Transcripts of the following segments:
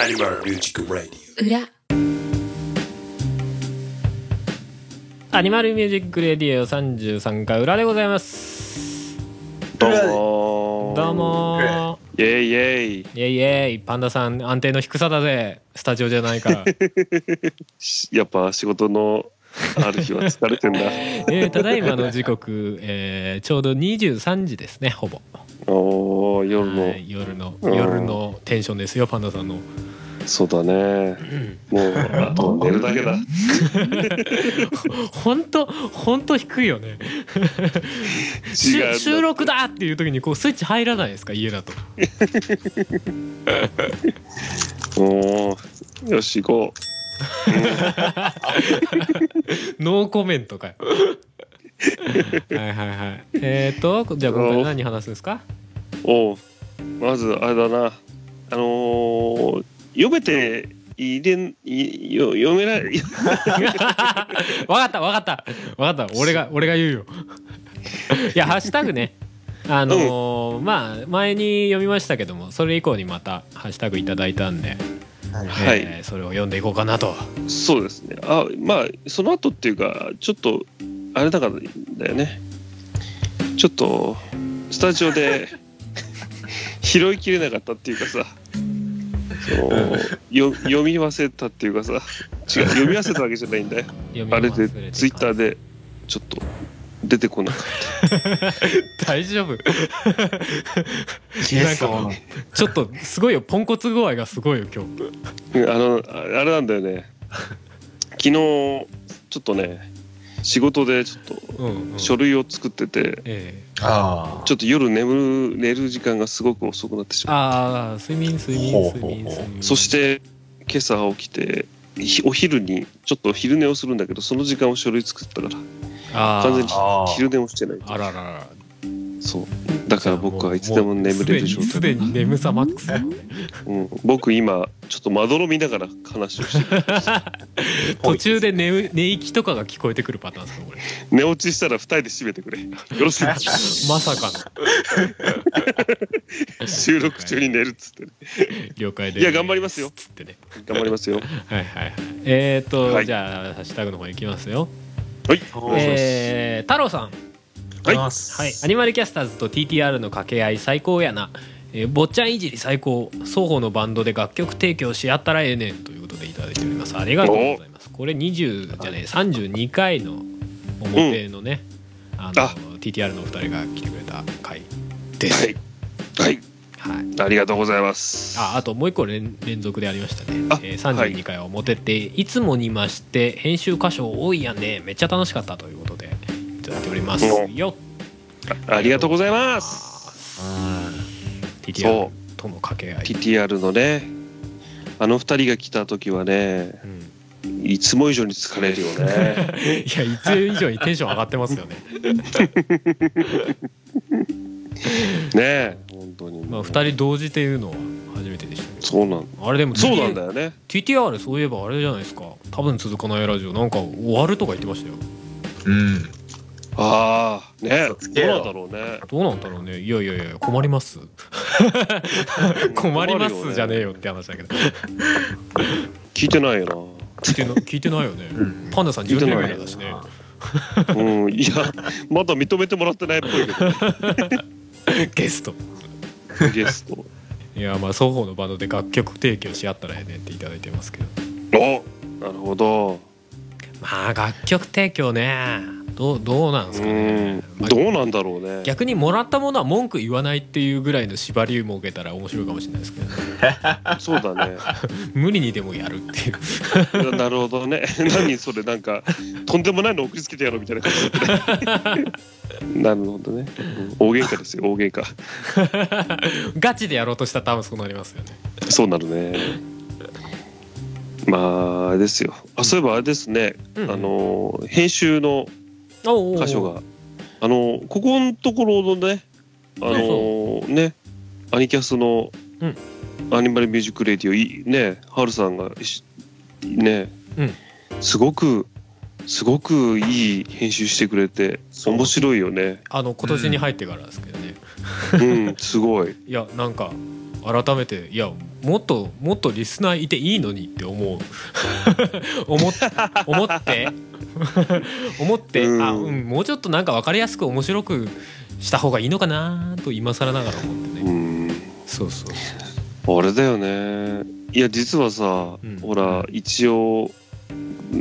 アニマルミュージックラディ裏アニマルミュージックレディオ33回裏でございますどうもーどうもイェイイェイーイエイエイパンダさん安定の低さだぜスタジオじゃない からしやっぱ仕事のある日は疲れて んだえーただいまの時刻、えーちょうど23時ですねほぼおー夜はのい夜のうん夜のテンションですよパンダさんのそうだねもう あと寝るだけだほんとほんと低いよ ね違うんだし収録だっていう時にこうスイッチ入らないですか家だとおーよし行こノーコメント かよはいはいはいえっ、ー、とじゃあ今回何話すんですかうおうまずあれだなあのー、読めて入れんいよ読めない わかったわかったわかった俺が俺が言う よいやハッシュタグねあのーまあ前に読みましたけどもそれ以降にまたハッシュタグいただいたんで、はいえーそれを読んでいこうかなとそうですねあまあその後っていうかちょっとあれだからだよねちょっとスタジオ で拾いきれなかったっていうかさそのよ読み忘れたっていうかさ違う読み忘れたわけじゃない んだよ読みあ忘れれでてたツイッターでちょっと出てこなかっ大丈夫オ消えそうちょっとすごいよポンコツ具合がすごいよ今日たうんあのああれなんだよね昨日ちょっとね仕事でちょっとうん、うん、書類を作っててええあちょっと夜眠る寝る時間がすごく遅くなってしまってああ睡眠睡眠ほうほう睡眠ほう睡眠そして今朝起きてひお昼にちょっと昼寝をするんだけどその時間を書類作ったからあー完全にあー昼寝をしてないあらららそうだから僕はいつでも眠れる状すでに態、すでに眠さマックスだよ ねうん、僕今ちょっとまどろみながら話を してる途中で寝寝息とかが聞こえてくるパターンですかこれ寝落ちしたら二人で締めてくれよろしいですかまさか収録中に寝るっつってねの了解ですいや頑張りますよつってね頑張りますよはいはいはいえーと、はいじゃあハッシュタグの方いきますよはいお願いしますえー、太郎さんありがとうございますはい、アニマルキャスターズと TTR の掛け合い最高やな、えー、坊ちゃんいじり最高双方のバンドで楽曲提供し合ったらええねんということでいただいておりますありがとうございますこれ20じゃねえ32回の表のね、あのあ TTR のお二人が来てくれた回ではすい、はいはい、ありがとうございますああともう一個連連続でありましたねあ、えー、32回表って、い、つもにまして編集箇所多いやねめっちゃ楽しかったということでいただいておりますうんよありがとうございますそ TTR との掛け合い TTR のねあの二人が来た時はねうんいつも以上に疲れるよね いやいつ以上にテンション上がってますよね ねえ本当にまあ2人同時っていうのは初めてでしたけそうなんどあれでもそうなんだよよね TTR そういえばあれじゃないですか多分続かないラジオなんか終わるとか言ってましたようんああねえ嘘つけどうよなんだろうねどうなんだろうねいやいやいや困ります 困りま困るよねすじゃねえよって話だけど聞いてないよ聞いてな聞いてないよね、うんパンダさん聞10いて年ないぐらいだしねなうんいやまだ認めてもらってないっぽいけどゲストゲストいやまあ双方のバンドで楽曲提供し合ったらええねんっていただいてますけどおなるほどまあ楽曲提供ねどうどうなんでうすかねん、まあどうなんだろうね逆にもらったものは文句言わないっていうぐらいの縛りを設けたら面白いかもしれないですけど、ね、そうだね無理にでもやるっていう な なるほどね何それなんかとんでもないの送りつけてやろうみたいな感じだね なるほどねうん大喧嘩ですよ大喧嘩ガチでやろうとしたら多分そうなりますよねそうなるね。まああれですよ。あそういえばあれですね。うんあの編集のおうおうおう箇所があのここのところのねあのねアニキャスの、うんアニマルミュージックレディオいねハルさんがしね、うんすごくすごくいい編集してくれてそう 面白いよね。あの今年に入ってからですけどね、うんすごい。いやなんか改めていやもっともっとリスナーいていいのにって思う 思っ思って思って、あうんうん、もうちょっとなんか分かりやすく面白くした方がいいのかなと今更ながら思ってうね、んそうそうあれだよねいや実はさ、うんほら一応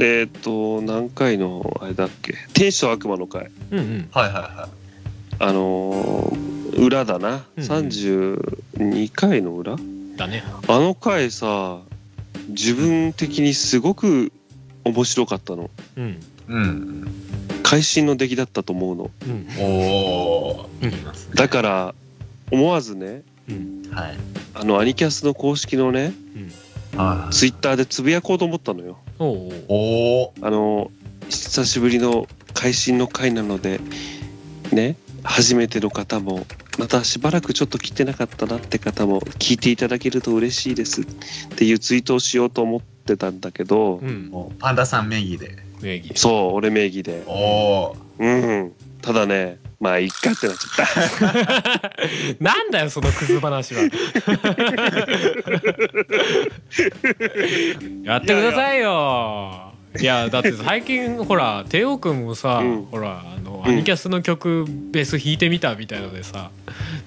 えっ、と何回のあれだっけ「天使と悪魔の会うんうんはいはいは」あのー裏だな、うん32回の裏だねあの回さ自分的にすごく面白かったのうんい。うん。会心の出来だったと思うのうんおお。うんいますねだから思わずねうんはい。あのアニキャスの公式のねうんはツイッターでつぶやこうと思ったのよおうおうい。おお。あの久しぶりの会心の回なのでね初めての方もまたしばらくちょっと聞いてなかったなって方も聞いていただけると嬉しいですっていうツイートをしようと思ってたんだけどうんもうパンダさん名義で。名義そう俺名義でおお。うんただねまあいっかってなっちゃった なんだよそのクズ話はやってくださいよいやだって最近ほらテオくんもさ、うんほらあのうアんニキャスの曲ベース弾いてみたみたいのでさ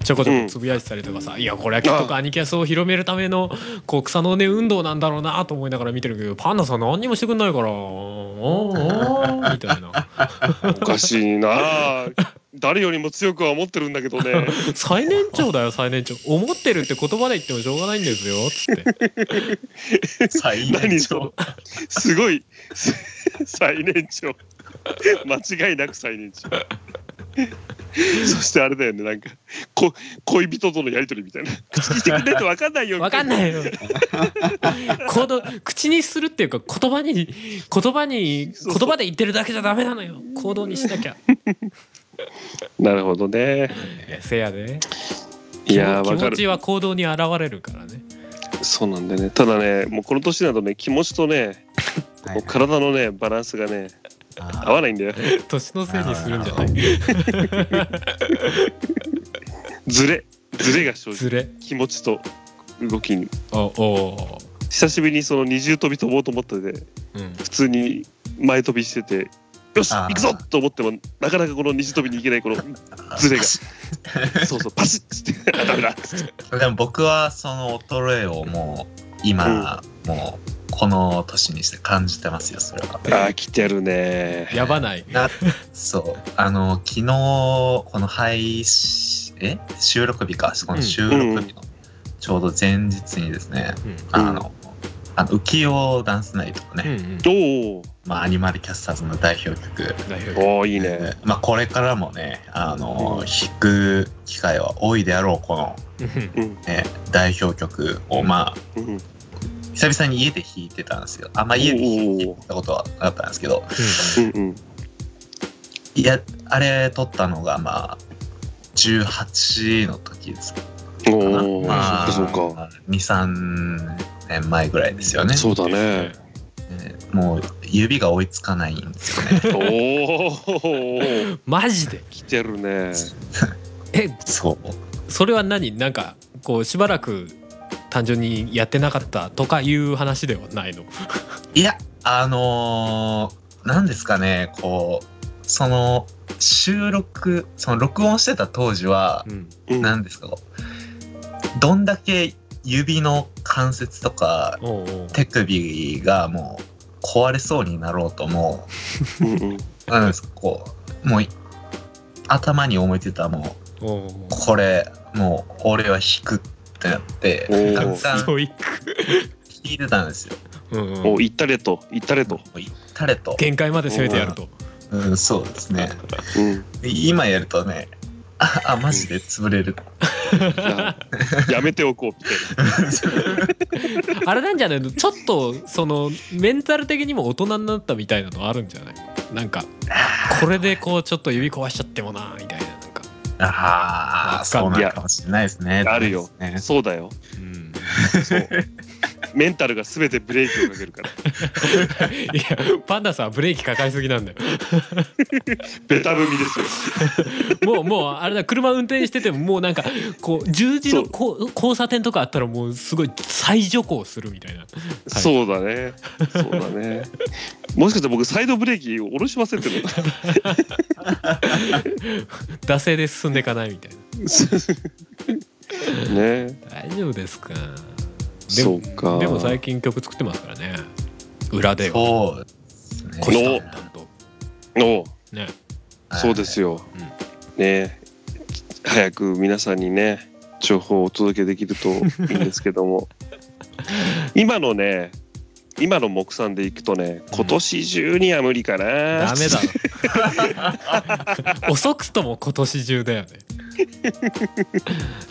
ちょこちょこつぶやいてたりとかさ、いやこれはきっとあアニキャスを広めるためのこう草の根運動なんだろうなと思いながら見てるけどパンダさん何にもしてくんないからおーおーみたいなおかし いな誰よりも強くは思ってるんだけどね最年長だよ最年長思ってるって言葉で言ってもしょうがないんですよつって最何年それ長。すごいす最年長間違いなく最年長そしてあれだよねなんかこ恋人とのやり取りみたいな口にしてくれないと分かんないよわかんないよ。行動口にするっていうか言葉に言葉にそうそう言葉で言ってるだけじゃダメなのよ。行動にしなきゃ。なるほどねせやで。いやー気分か持るちは行動に現れるからね。そうなんだよねただねもうこの年だとね気持ちとねはいもう体のねバランスがね合わないんだよ年のせいにするんじゃない。ズレズレが生じるずれ。気持ちと動きにおお。久しぶりにその二重跳び飛ぼうと思ったでうん。普通に前飛びしててよしあー行くぞと思ってもなかなかこの虹飛びに行けない このズレがそうそうパシッつって あ ダメだでも僕はその衰えをもう今、もうこの年にして感じてますよそれは。あー来てるねやばない。なそうあの昨日この配信え収録日かこの収録日のちょうど前日にですね、うんあのあの浮世ダンスナイトのうね、ん。おおまあ、アニマルキャスターズの代表曲代表。おーいいねまあ、これからもねあの弾く機会は多いであろうこの、うんうんね、代表曲をまあうん久々に家で弾いてたんですよあんま家で弾いてたことはなかったんですけどうんうんいやあれ撮ったのがまあ18の時ですかなおお、まあそうかそうか23年前ぐらいですよねそうだね。ねもう指が追いつかないんですよねおおマジで。来てる ねえ、そうそれは何？なんかこうしばらく単純にやってなかったとかいう話ではないの。いやあのー、なんですかねこうその収録その録音してた当時はうん。うん何ですかこうどんだけ指の関節とかおうおう。手首がもう壊れそうになろうともうんうんうなんですかこうもうい頭に思いついたらもうおうおう。これもう俺は弾くってなっておーガンガン弾教育。いてたんですよ。うんうんお行ったれと行ったれともうったれと、限界まで攻めてやると。うん、そうですねうん今やるとねああマジで潰れるじゃ あやめておこうみたいあれなんじゃないのちょっとそのメンタル的にも大人になったみたいなのあるんじゃないなんかこれでこうちょっと指壊しちゃってもなみたいななんか、ああそうなのかもしれないですねあるよねなそうだようん、そうメンタルが全てブレーキをかけるからいやパンダさんはブレーキかかりすぎなんだよベタ踏みですよもうもうあれだ車運転しててももうなんかこう十字のこう交差点とかあったらもうすごい再徐行するみたいなはいそうだね。そうだね。もしかして僕サイドブレーキを下ろし忘れてるのか惰性で進んでいかないみたいなな。ね。大丈夫ですかでそもうか。でも最近曲作ってますからね裏ではそうですね。このの担当おうねそうですよ。ね。早く皆さんにね情報をお届けできるといいんですけ ども、今のね。今の目算でいくとね、今年中には無理かな。ダメだろ 遅くとも今年中だよね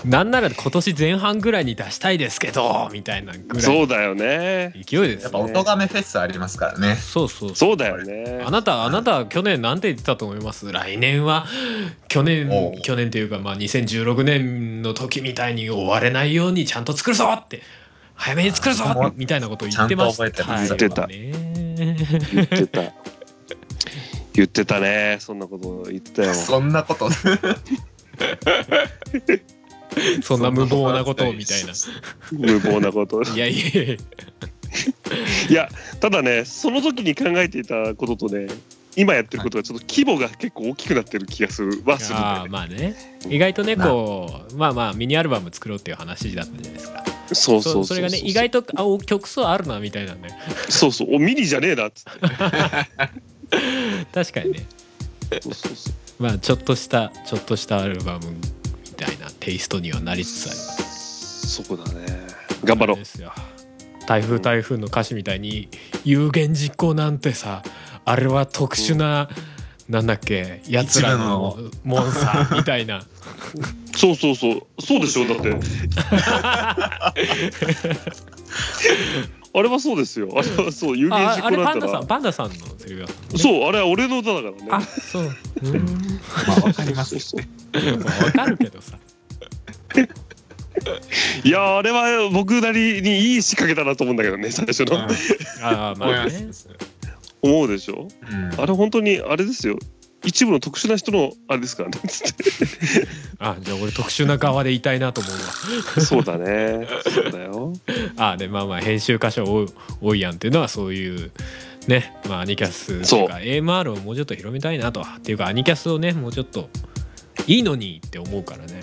なんなら今年前半ぐらいに出したいですけどみたいなぐらいそうだよね。の勢いでやすっぱね音とがめフェスありますからね。そうそうそうだよね あ。なたあなたは去年なんて言ってたと思います来年は去お年う去年というかまあ2016年の時みたいに終われないようにちゃんと作るぞって早めに作るぞあ ーみたいなことを言ってましたちゃんと覚えてはますいね言ってた。言ってたね。そんなこと言ってたよ。そんなこと。そんな無謀なことをみたいな。無謀なこと。いやいやいやいやただねその時に考えていたこととね今やってることがちょっと規模が結構大きくなってる気がするはするあねーまあね意外とねこうまあまあミニアルバム作ろうっていう話だったじゃないですかそうそうそそれがね意と外とあお曲数あるなみたいなねそうそうおミニじゃねえなっ つっ確かにねてそうそうそうまあちょっとしたちょっとしたアルバムみたいなテイストにはなりつつありますそこだね頑張ろうですよ台風台風の歌詞みたいに有言実行なんてさあれは特殊な、なんだっけやつらのモンさみたいなそうそうそうそうでしょだって あれはそうですよあれはそう有言あ実あ行れだパっンたダさんらパンダさんのセリフだったのねそうあれは俺の歌だからあねそう うーんまあわかりますそうそうわかるけどさ。いやあれは僕なりにいい仕掛けたなと思うんだけどね最初の、ああ、思いままあね。す思うでしょうんあれ本当にあれですよ一部の特殊な人のあれですからねつってあじゃあ俺特殊な側でいたいなと思うわ。そうだねそうだよあでまあまあ編集箇所多い多いやんっていうのはそういうね、まあアニキャスそとうか AMR をもうちょっと広めたいなとっていうかアニキャスをねもうちょっといいのにって思うからね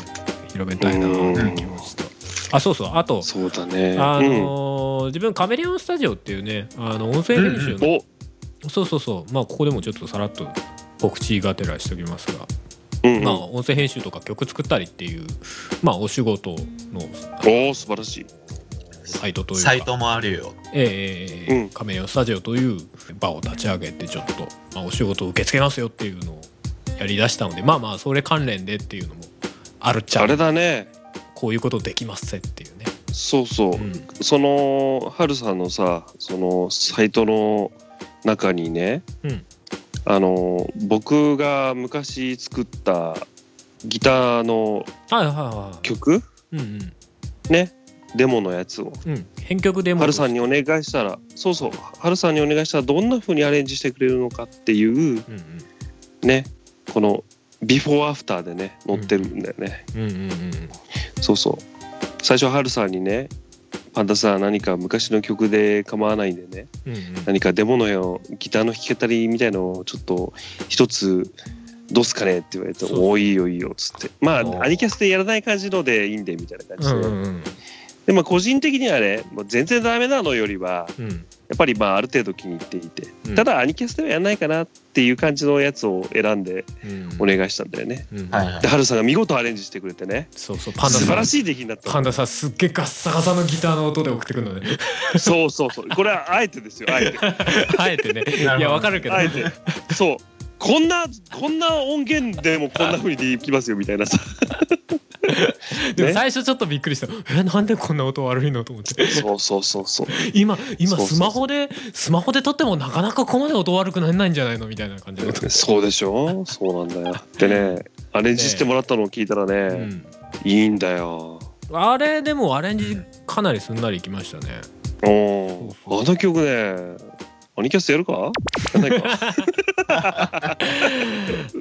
広めたいなっていう気持ちと。あそうそうあとそうだねあのー自分カメレオンスタジオっていうねあの音声編集うの、ん、おそうそうそうまあここでもちょっとさらっと告知がてらしておきますがうん、まあ、音声編集とか曲作ったりっていう、まあ、お仕事のおお素晴らしいサイトというかサイトもあるよ。えうー、んカメレオンスタジオという場を立ち上げてちょっと、まあ、お仕事を受け付けますよっていうのをやりだしたのでまあまあそれ関連でっていうのもあるっちゃあれだねこういうことできますぜっていうね、そうそうう、んそのハルさんのさそのサイトの中にね、うんあの僕が昔作ったギターのはいはいはい曲うんうんねデモのやつをうん編曲でもハルさんにお願いしたらそうそうハルさんにお願いしたらどんな風にアレンジしてくれるのかっていううんねこのビフォーアフターでね載ってるんだよね、うんうんうんうんそうそう最初ハルさんにねパンダさん何か昔の曲で構わないんでねうんうん何かデモのよギターの弾き語りみたいのをちょっと一つどうすかねって言われてそ「うそうおーいいよいいよ」っつってまおあーアニキャスでやらない感じのでいいんでみたいな感じうで、んうんうんでまあ個人的にはねもう全然ダメなのよりはうんやっぱりまあある程度気に入っていて、うんただアニキャスではやらないかなっていう感じのやつを選んでうんお願いしたんだよね、うんはいはいでハルさんが見事アレンジしてくれてねそうそうパンダ素晴さんらしい出来になったパンダさんすっげえガッサガサのギターの音で送ってくるのねそうそうそうこれはあえてですよあえて あえてね。いなるほどや、わかるけど。あえてそうこんなこんな音源でもこんな風にできますよみたいなさでもね最初ちょっとびっくりした。え、なんでこんな音悪いのと思って。そうそうそうそう今、今そうそうスマホで、スマホで撮ってもなかなかここまで音悪くならないんじゃないのみたいな感じの音。そうでしょそうなんだよでねアレンジしてもらったのを聞いたらうねんいいんだよあれでもアレンジかなりすんなりいきましたね。そうおそうおあの曲ねアニキャスやるかやんないか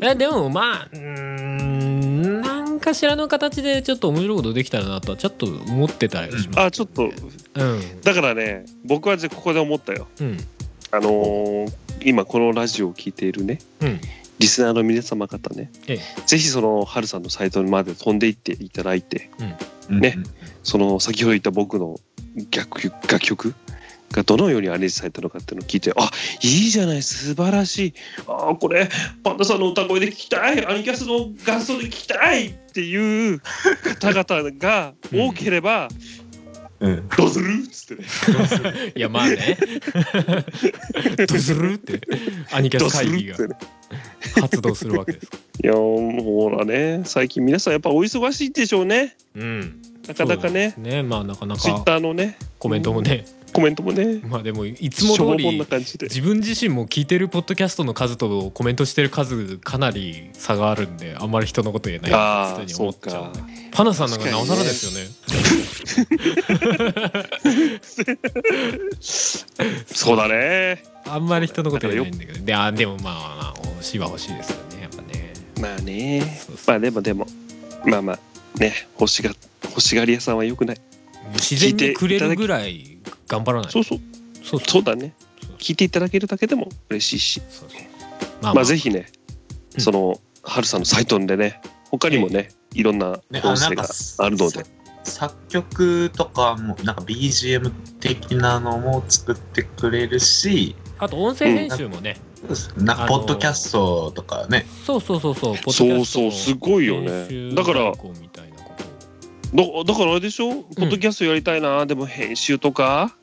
えでもまあうーんなんかしらの形でちょっと面白いことできたらなとはちょっと思ってたりはしますあちょっとうんだからね僕はじゃあここで思ったようんあのー今このラジオを聞いているねうんリスナーの皆様方ね、ええぜひそのハルさんのサイトまで飛んでいっていただいてうんねその先ほど言った僕の楽曲楽曲がどのようにアレンジされたのかっていうのを聞いてあいいじゃない素晴らしいあこれパンダさんの歌声で聞きたいアニキャスの合奏で聞きたいっていう方々が多ければうんどうするっつってねいやまあ ねどうするってアニキどャうスす会る議っつがってね発動するわけですかいやほらね最近皆さんやっぱお忙しいでしょうねうんなか なかねそうですねまあなかなツイッかターのねコメントもねコメントもねまあでもいつもしょ通ぼぼんなり感じで 自分自身も聞いてるポッドキャストの数とコメントしてる数かなり差があるんであんまり人のこと言えないなあってあ普通にそ思うっちゃうかねパナさんなんかなおさらですよね そうだねあんまり人のこと言えないんだけどであでもまあまあ欲しいは欲しいですよねやっぱねまあねそうそまあでもでもまあまあね欲しが欲しがり屋さんはよくない、う自然にくれるぐらい頑張らないそうそうそうそううだね聞いていただけるだけでも嬉しいしそうそうままあ、ぜひね、うんそのハルさんのサイトでね他にもね、いろんなね音な声んかがあるのでさ作曲とかもなんか BGM 的なのも作ってくれるしあと音声編集もね、なんかあのーポッドキャストとかね、そうそうそうそう、ポそうそうすごごいよねだからみたいなことどだからあれでしょポッドキャストやりたいな、でも編集とか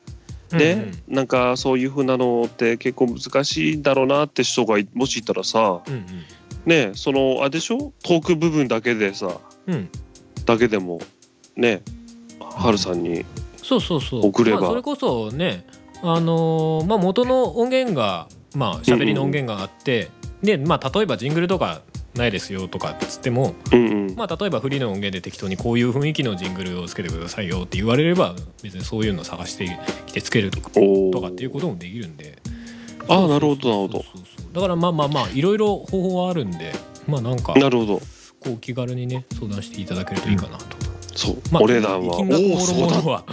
うんね、なんかそういうふうなのって結構難しいんだろうなって人がいもしいたらさうんねそのあれでしょトーク部分だけでさうんうん、だけでもねハルさんにそうそうそう送ればまあ、それこそねあのーまあ元の音源がまあ喋りの音源があって、でまあ例えばジングルとかないですよとかっつっても、うんうんまあ、例えばフリーの音源で適当にこういう雰囲気のジングルをつけてくださいよって言われれば別にそういうの探してきてつけるとかおーとかっていうこともできるんでそうそうあーそうなるほどなるほどそうそうそうだからまあまあまあいろいろ方法はあるんでまあなんかなるほどこう気軽にね相談していただけるといいかなと、そう、まあ、お値段はお金額おもーろそうもだろは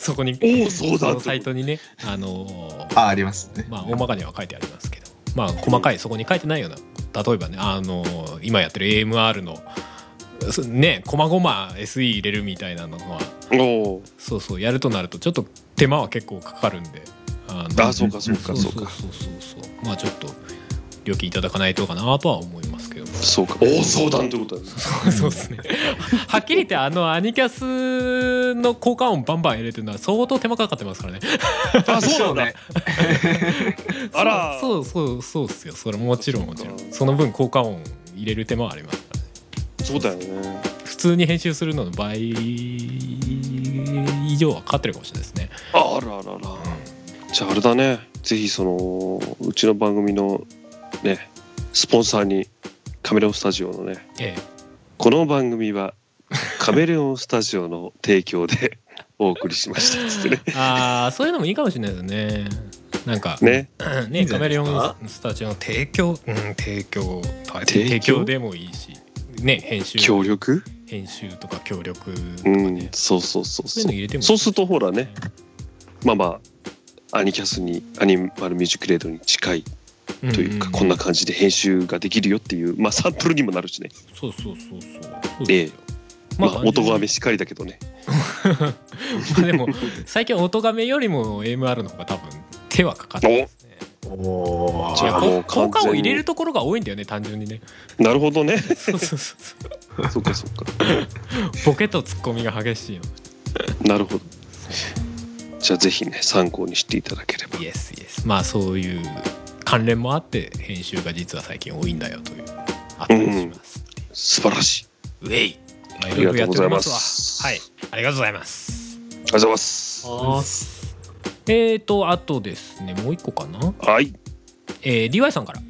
そ こにおおそうそだのサイトにねあのーあありますね。まあ大まかには書いてありますけどまあ細かいそこに書いてないような例えばねあのー今やってる AMR のすねこまごま SE 入れるみたいなのはおおそうそうやるとなるとちょっと手間は結構かかるんであのーあそうかそうかそうそうかそうそうそうまあちょっと料金いただかないとかなとは思いますけどそうかおおそうだってことだね そうですねはっきり言ってあのアニキャスの効果音バンバン入れてるのは相当手間かかってますからねあそうなんだあらそうそうそうそうっすよそれもちろんもちろそっんかその分効果音入れる手間はありますからねそうだよね普通に編集するのの倍以上はかかってるかもしれないですねあらららじゃああれだねぜひそのうちの番組のねスポンサーにカメレオンスタジオのねええこの番 組はカメレオンスタジオの提供で お送りしましたっつってねああそういうのもいいかもしれないですねなんかねねいいんじカゃなメいレでオすかンスタジオの提供、うん、提供提提供でもいいしね編集協力編集とか協力とかうね、んそうそうそうそういうその入れてもうそうするとほらねまあまあアニキャスにアニマルミュージックレードに近いうんうんというか、こんな感じで編集ができるよっていうまあサンプルにもなるしねそうそうそうそうそうええですよまあ音がが めしっかりだけどねでも最近音がめよりも AMR の方が多分手はかかってますねおじいゃやあーもうこ効完全に果を入れるところが多いんだよね単純にねなる ほどねそうそうそうそうそっかそっかボケとツッコミが激しいよなるほどじゃあぜひね参考にしていただければイエスイエスまあそういう関連もあって編集が実は最近多いんだよというあったりします、素晴らしいウェイ、まあ、あいりろがいろとやっうごておざりいまますすわはいありがとうございますありがとうございますえーとあとですねもう一個かなはいえー、DY さんから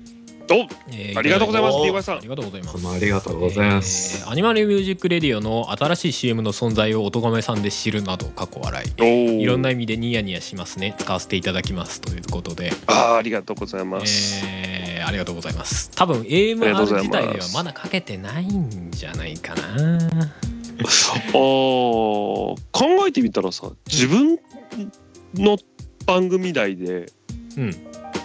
ありがとうおえありがとうございますお DY さんありがとうございますどうもありがとうございますえーアニマルミュージックレディオの新しい CM の存在を男目さんで知るなど過去笑いおーいろんな意味でニヤニヤしますね使わせていただきますということで、あーありがとうございます、えーありがとうございます多分ありがと AMR うございます自体ではまだかけてないんじゃないかなおー考えてみたらさ自分の番組内でうん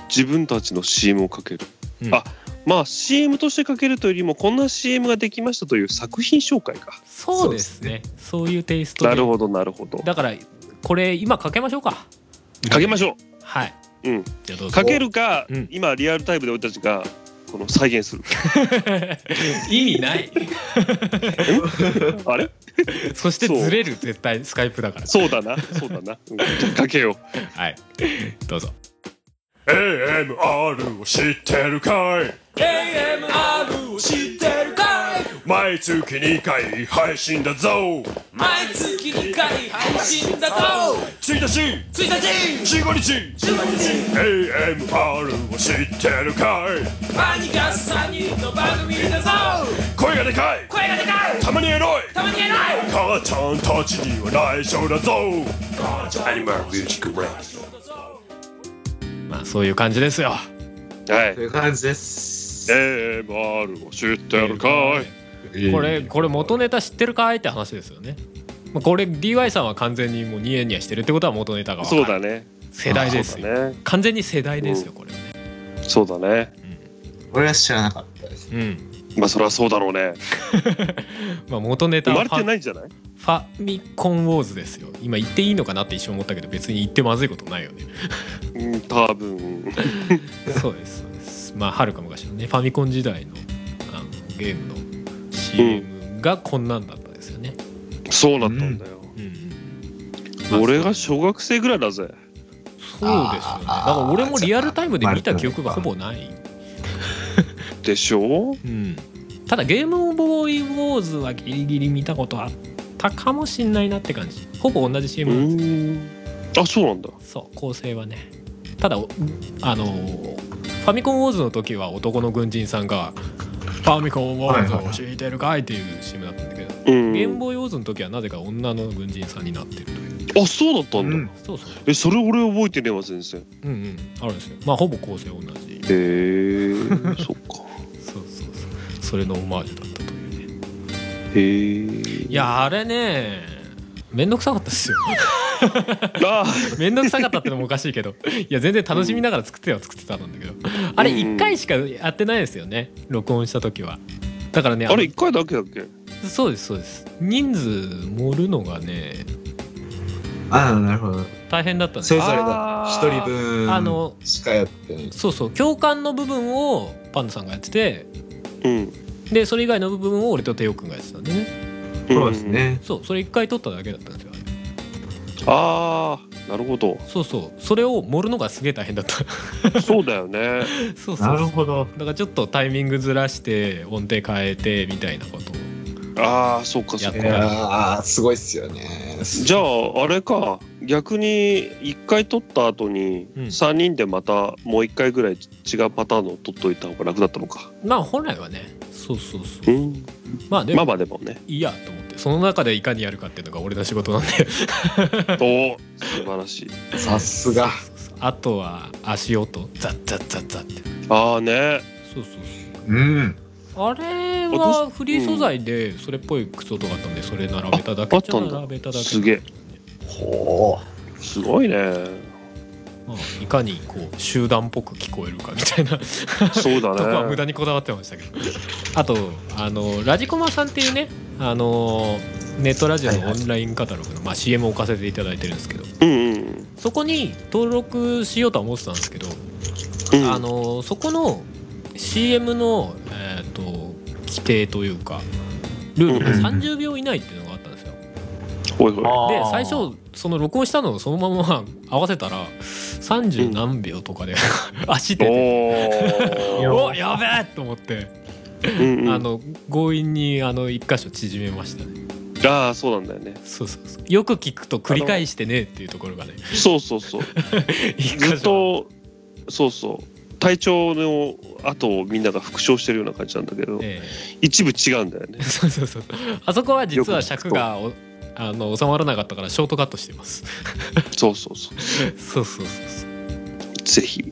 自分たちの CM をかける、うんあまあ CM としてかけるというよりもこんな CM ができましたという作品紹介かそうですねそういうテイストでなるほどなるほどだからこれ今かけましょうかかけましょはい、うん、じゃあどううぞかけるか、うん今リアルタイムで俺たちがこの再現する 意味ない あれそしてずれる絶対スカイプだからそうだなそうだな、うんじゃあかけようはいどうぞ AMR を知ってるかい AMR を知ってるかい毎月2回配信だぞ毎月2回配信だぞ1日1日15日15日 AMR を知ってるかいマニが3人の番組だぞ声がでかい声がでかいたまにエロいたまにエロい母ちゃんたちには内緒だぞアニマルミュージックラジオまあそういう感じですよはいという感じです。 AMR を知ってるかいこれこれ元ネタ知ってるかいって話ですよねまあこれ DY さんは完全にもうニヤニヤしてるってことは元ネタが分かそるうだね世代ですそうよ、だね完全に世代ですよこれねそうだね俺は知らなかったです。うんまあそりゃそうだろうねまあ元ネタ生まはれファてフないんじゃないァミコンウォーズですよ今言っていいのかなって一瞬思ったけど別に言ってまずいことない よねうん多分そうですそうですまあはるか昔のねファミコン時代のあのゲームの CM がこんなんだったんですよね、そうだったんだよ、うんうん俺が小学生ぐらいだぜそうですよねだから俺もリアルタイムで見た記憶がほぼないでしょうん、ただゲームボーイウォーズはギリギリ見たことあったかもしんないなって感じほぼ同じう CM なんですよ、んあそうなんだそう構成はねただおあのーファミコンウォーズの時は男の軍人さんが「ファミコンウォーズを教えてるかい?」っていう CM だったんだけど、うゲームんボーイウォーズの時はなぜか女の軍人さんになってるというあそうだったんだ、うんそうそうえそれ俺覚えてねえわ先生へうんうんあるんですよまあほぼ構成同じえー、そっかそうそうそうそれのオマージュだったというねへえいやあれねめんどくさかったっすよあめんどくさかったってのもおかしいけどいや全然楽しみながら作っては作ってたんだけどあれうん1回しかやってないですよね録音した時はだからねあれ一回だけだっけのそうですそうです人数盛るのがねああ、なるほど。大変だったんですそよれぞれあだ。一ー人分あのしかやってない。そうそう共感の部分をパンダさんがやっててうんでそれ以外の部分を俺とテオくんがやってたんでねそうですね。そうそれ1回撮っただけだったんですよあれああなるほどそうそうそれを盛るのがすげえ大変だった そうだよねそうそうなそるうほど。だからちょっとタイミングずらして音程変えてみたいなことをああそうかそやっっかていたやー、すごいっすよね。じゃああれか逆に1回取った後にうん3人でまたもう1回ぐらい違うパターンを取っといた方が楽だったのかまあ本来はねそうそうそううんまあでまあもまあでも ねいいやと思ってその中でいかにやるかっていうのが俺の仕事なん でおお素晴らしいさすが。あとは足音ザッザッザッザッってああねそうそうそうん。うあれあどはフリー素材でそれっぽい靴音があったんでそれ並べただけああったんだ並べただけすげえほすごいねまあいかにこう集団っぽく聞こえるかみたいなそうだ とこは無ね駄にこだわってましたけ どあとあのラジコマさんっていうねあのネットラジオのオンラインカタログの、まあ、CM を置かせていただいてるんですけどうんうんそこに登録しようとは思ってたんですけど、うんあのそこの CM の、えー、と規定というかルールがうん30秒以内っていうのがあったんですよ。ほいほいあでー最初その録音したのをそのまま 合わせたら30何秒とかで 足出て。 おーおおやべえと思って、あの強引にあの一箇所縮めましたねああそうなんだよねそうそうそうよく聞くと繰り返してねっていうところがねそうそうそう一箇所ずっとそうそう隊長の後をみんなが復唱してるような感じなんだけど、え 一部違うんだよねえそうそうそうあそこは実は尺がおあの収まらなかったからショートカットしてますそうそうそそうそうそうそううぜひ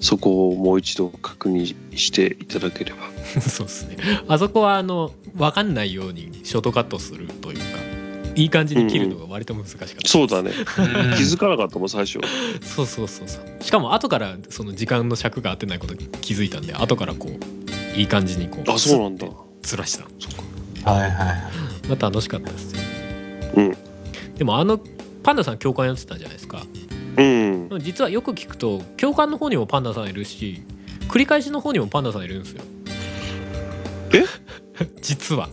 そこをもう一度確認していただければそうですねあそこはあの分かんないようにショートカットするというかいい感じに切るのが割と難しかった、そう だねうん気づかなかったもん最初そうそうそうそうしかも後からその時間の尺が合ってないことに気づいたんで後からこういい感じにこうあそうなんだずらしたはいはい。まあ楽しかったですねうんでもあのパンダさん教官やってたじゃないですかうんでも実はよく聞くと教官の方にもパンダさんいるし繰り返しの方にもパンダさんいるんですよえ 実は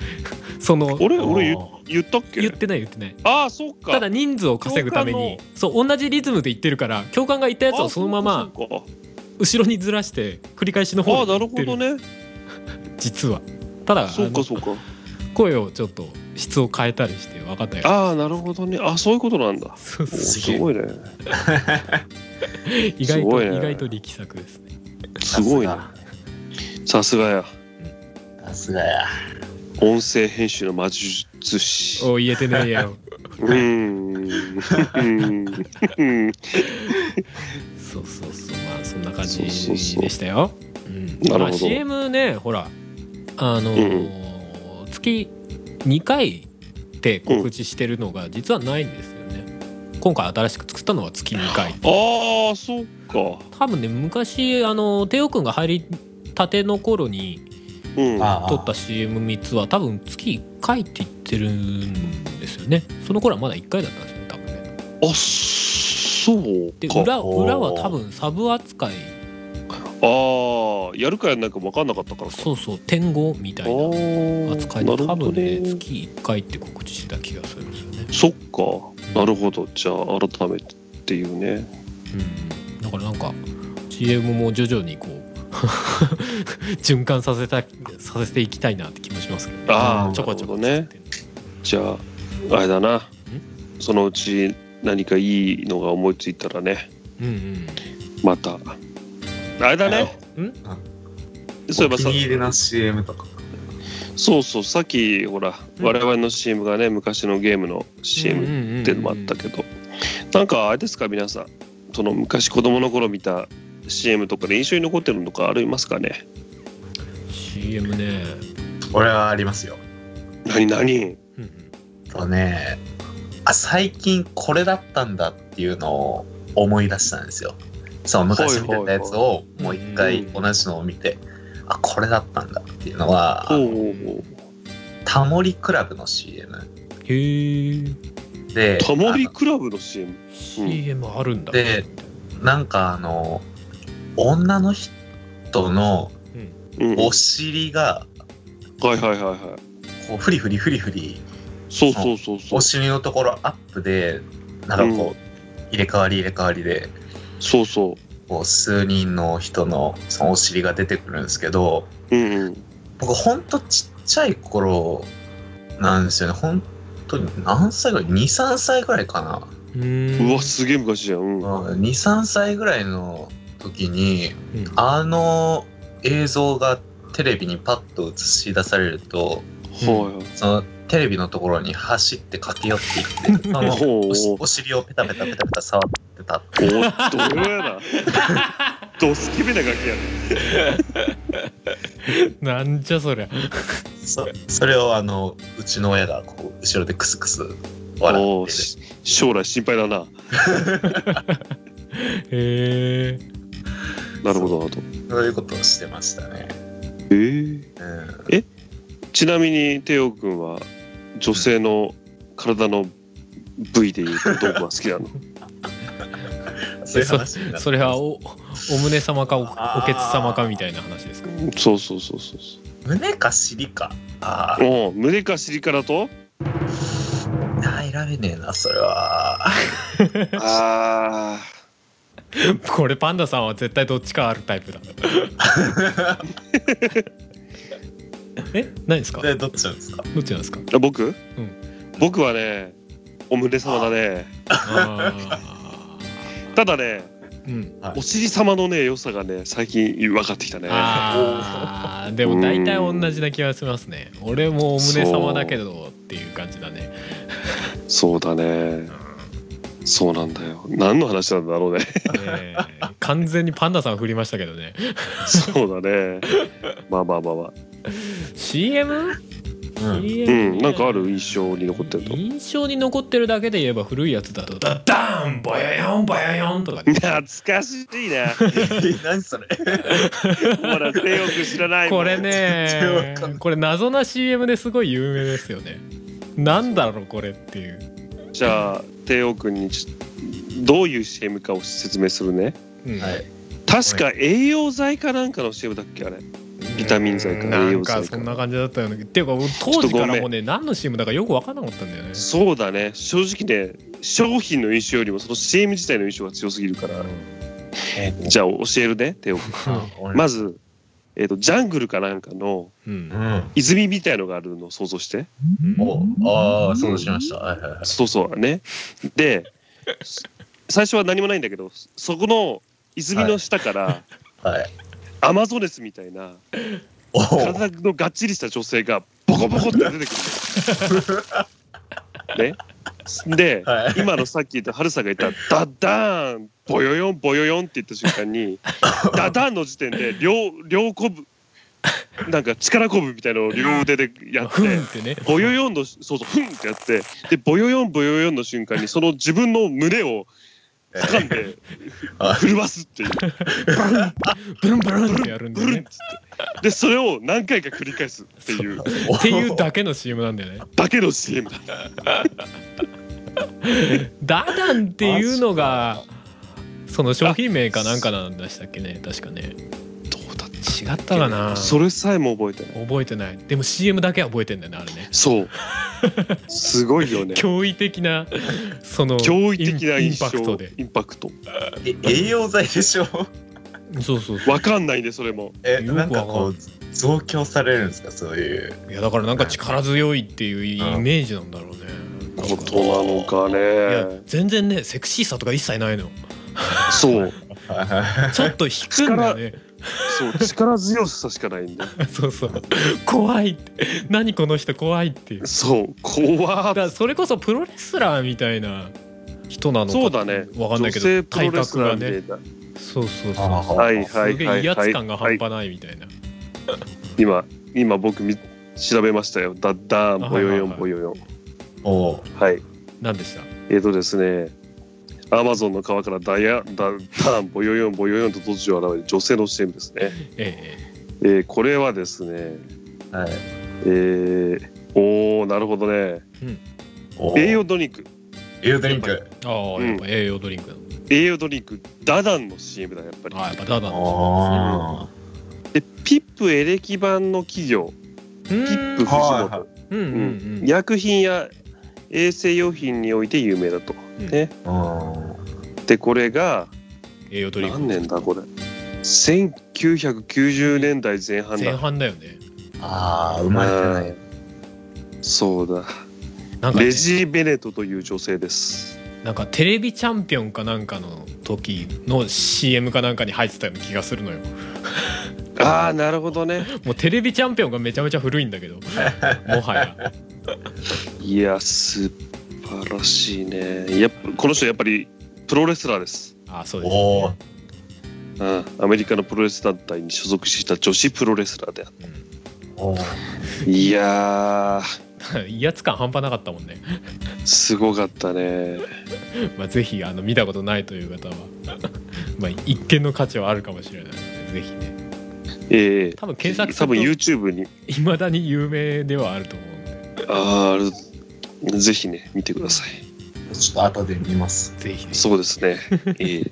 その俺俺言あー言ったっけ言ってない言ってないああそうかただ人数を稼ぐためにそう同じリズムで言ってるから教官が言ったやつをそのままあそうか後ろにずらして繰り返しのそうかあ方あにな行るってほどるね実はただそうあかのそうか声をちょっと質を変えたりして分かったよああなるほどねあそういうことなんだそうそおうすげえすごいね意外すごとい意ね外と力作ですねすごいねさすがやさすがや。音声編集の魔術師お言えてないやろうーんそうそうそうまあそんな感じそうそうそうでしたようんなるほどまあ CM ねほらあのー月2回って告知してるのが実はないんですよね今回新しく作ったのは月2回 ああそうか多分ね昔あのテオくんが入りたての頃にうんああ撮った CM3 つは多分月1回って言ってるんですよねその頃はまだ1回だったんですよね多分ねあそうでか裏おー裏は多分サブ扱いああやるかやんないか分かんなかったからかそうそう点5みたあいなー扱いなでる多ほど分ねね月1回って告知してた気がするんですよねそっかなるほどじゃあ改めてっていうねうんだからなんか CM も徐々にこう 循環させたさせていきたいなって気もしますけど、あーちょこちょこなるほどねじゃああれだなそのうち何かいいのが思いついたらねうんうんまたあれだねうんそういえばお気さに入りの CM とか。そうそうさっきほらうん我々の CM がね昔のゲームの CM ムっていうのもあったけど、なんかあれですか皆さんその昔子供の頃見た CM とかで印象に残ってるのとかありますかね CM ね、俺はありますよ。何何うんうん、とね、あ、最近これだったんだっていうのを思い出したんですよ。そう、昔見てたやつをもう一回同じのを見て、あ、これだったんだっていうのは、おうおうおうタモリクラブの CM へえで、タモリあクラブの CM CM あるんだでのなんかあの、女の人のうんは いお尻が、はいはいはいこう、フリフリフリフリ、そうそうそうそうお尻のところアップで、なんかこう、入れ替わり入れ替わりで、そうそこう数人の人のそのお尻が出てくるんですけどううんうん僕ほんとちっちゃい頃なんですよね本当に何歳ぐらい23歳ぐらいかなううんわすげえ昔じゃんうん23歳ぐらいの時にうんあの映像がテレビにパッと映し出されるとはいそのテレビのところに走って駆け寄っていってそのほうおしお尻をペタペタペタペタ触ってたっておっとや なドスケベなガキやねなんじゃそりゃそそれをあのうちの親がこう後ろでクスクス笑おっーてし将来心配だなへえなるほどなとそういうことをしてましたね。えーうん、ちなみにテオ君は女性の体の部位でいうとどこが好きなのそういう話になそれはおお胸様かおおけつ様かみたいな話ですか そうそうそうそうそ胸か尻か。あうおう胸か尻からとあ、選べねえな、それは。あこれパンダさんは絶対どっちかあるタイプ だえ何ですかどで、どっちなんですかっちなんですかあ僕、ん僕はねお胸様だねあーただねうん。はいお尻様のね良さがね最近分かってきたねあーでも大体同じな気がしますね俺もお胸様だけどっていう感じだねそうだねそうなんだよ何の話なんだろうね えー完全にパンダさん振りましたけどねそうだねまあまあまあまあ CM? うん。う CM んなんかある印象に残ってると印象に残ってるだけで言えば古いやつだと「ダダンバヤヨンバヤヨン」とかね 懐かしいね 何それほら手よく知らないもんこれ然わねかんないこれ謎な CM ですごい有名ですよねなんだろうこれっていうじゃあ帝王君にちどういう CM かを説明するねうんはい。確か栄養剤かなんかの CM だっけあれビタミン剤かな栄ん養か剤そかんな感じだったよねっていうか当時からもね何の CM だかよく分かんなかったんだよねそうだね正直ね商品の印象よりもその CM 自体の印象が強すぎるからじゃあ教えるね帝王君俺まず、えー、とジャングルかなんかのうんうん。泉みたいのがあるのを想像しておああ、そうしました。はいはいはい。そうそうねで最初は何もないんだけどそこの泉の下から、はい。アマゾネスみたいなおー体のがっちりした女性がボコボコって出てくる のよね。で、はい今のさっき言った春さんが言った「ダダーンボヨヨンボヨヨン」って言った瞬間 に「ダダーン」の時点で両両こぶなんか力こぶみたいのを両腕でやっふてん。ってねボヨヨンのそうそうフンってやってでボヨヨンボヨヨンの瞬間にその自分の胸を掴んで はい震わすっ ていうブルンブルンってやるんだブよルンねっつってでそれを何回か繰り返すっていうっていうだけの CM なんだよねだけの CM だダダンっていうのがその商品名かなんかなんでしたっけね確かねどうだっ違ったかなそれさえも覚えてない覚えてないでも CM だけは覚えてんだよねあれねそうすごいよね驚異的なその驚異的なインイン印象パクトでインパクトえ栄養剤でしょそうそうそうわかんないねそれもえ、よくなんかわこう、増強されるんですかそういう。いやだからなんか力強いっていうイメージなんだろうねなんこかとなのかいやね全然ねセクシーさとか一切ないのそうはいはいちょっと引くんだよねそう力強さしかないんだよそうそう怖いって何この人怖いっていうそう怖だかっらそれこそプロレスラーみたいな人なのかそうだねわかんないけど女性プロ体レス格ラがーねみたいなそうそうあそーうはいはすいげはえ威いは圧い感がは半い端ないみたいな今今僕み調べましたよダッダーンボヨヨンあボはいヨヨンおーはい何でしたえーとですね、アマゾンの川からダイヤダダーンボヨヨンボヨヨンと突如現れる女性の CM ですね。ええーこれはですね、はい。えー、おーなるほどね。おー栄養ドリンク、栄養ドリンク。えああやっぱ栄養ドリンクなんだ栄養ドリンク、ダダンの CM だやっぱり。ああやっぱダダンあで、ピップエレキ版の企業、ピピップ藤はい本、うんうんうん薬品や衛生用品において有名だと。うんね、あ。うんで、これが栄養ドリンク何年だこれ。1990年代前半前だ。半だよねああ、生まれてない。そうだ。なんかねレジー・ベネトという女性です。なんかテレビチャンピオンかなんかの時の CM かなんかに入ってたような気がするの よああ、なるほどね。もうテレビチャンピオンがめちゃめちゃ古いんだけどもはやいや、素晴らしいね。やっぱこの人、やっぱりプロレスラーです。ああそうですねおお。うん、アメリカのプロレス団体に所属した女子プロレスラーであっおーた。いやうん 威圧感半端なかったもんねー、すごかったね。まあ、ぜひあの見たことないという方は まあ一見の価値はあるかもしれないのでぜひねええ多分検索す多分る YouTube に、といまだに有名ではあると思うんでああ、ぜひね、見てください。ちょっと後で見ます。ぜひねそうです ね。ええ